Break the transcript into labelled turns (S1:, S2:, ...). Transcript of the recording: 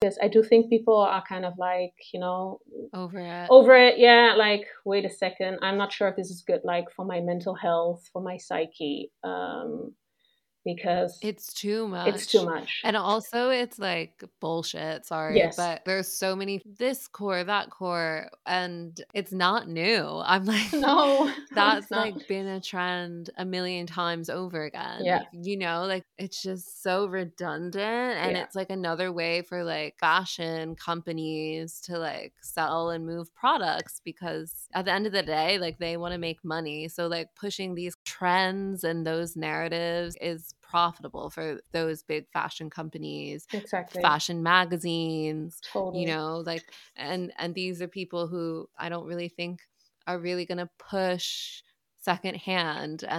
S1: this. I do think people are kind of like, you know,
S2: over it.
S1: over it. Yeah, like, wait a second. I'm not sure if this is good, like, for my mental health, for my psyche, um, because
S2: It's too much.
S1: it's too much.
S2: And also, it's like bullshit. Sorry,
S1: Yes.
S2: but there's so many this core, that core, and it's not new. I'm like,
S1: No, no, it's
S2: that's
S1: not.
S2: like been a trend a million times over again.
S1: Yeah.
S2: You know, like it's just so redundant. And
S1: Yeah.
S2: it's like another way for like fashion companies to like sell and move products because at the end of the day, like they want to make money. So, like pushing these trends and those narratives is profitable for those big fashion companies,
S1: Exactly.
S2: fashion magazines,
S1: Totally.
S2: you know like and and these are people who i don't really think are really going to push secondhand and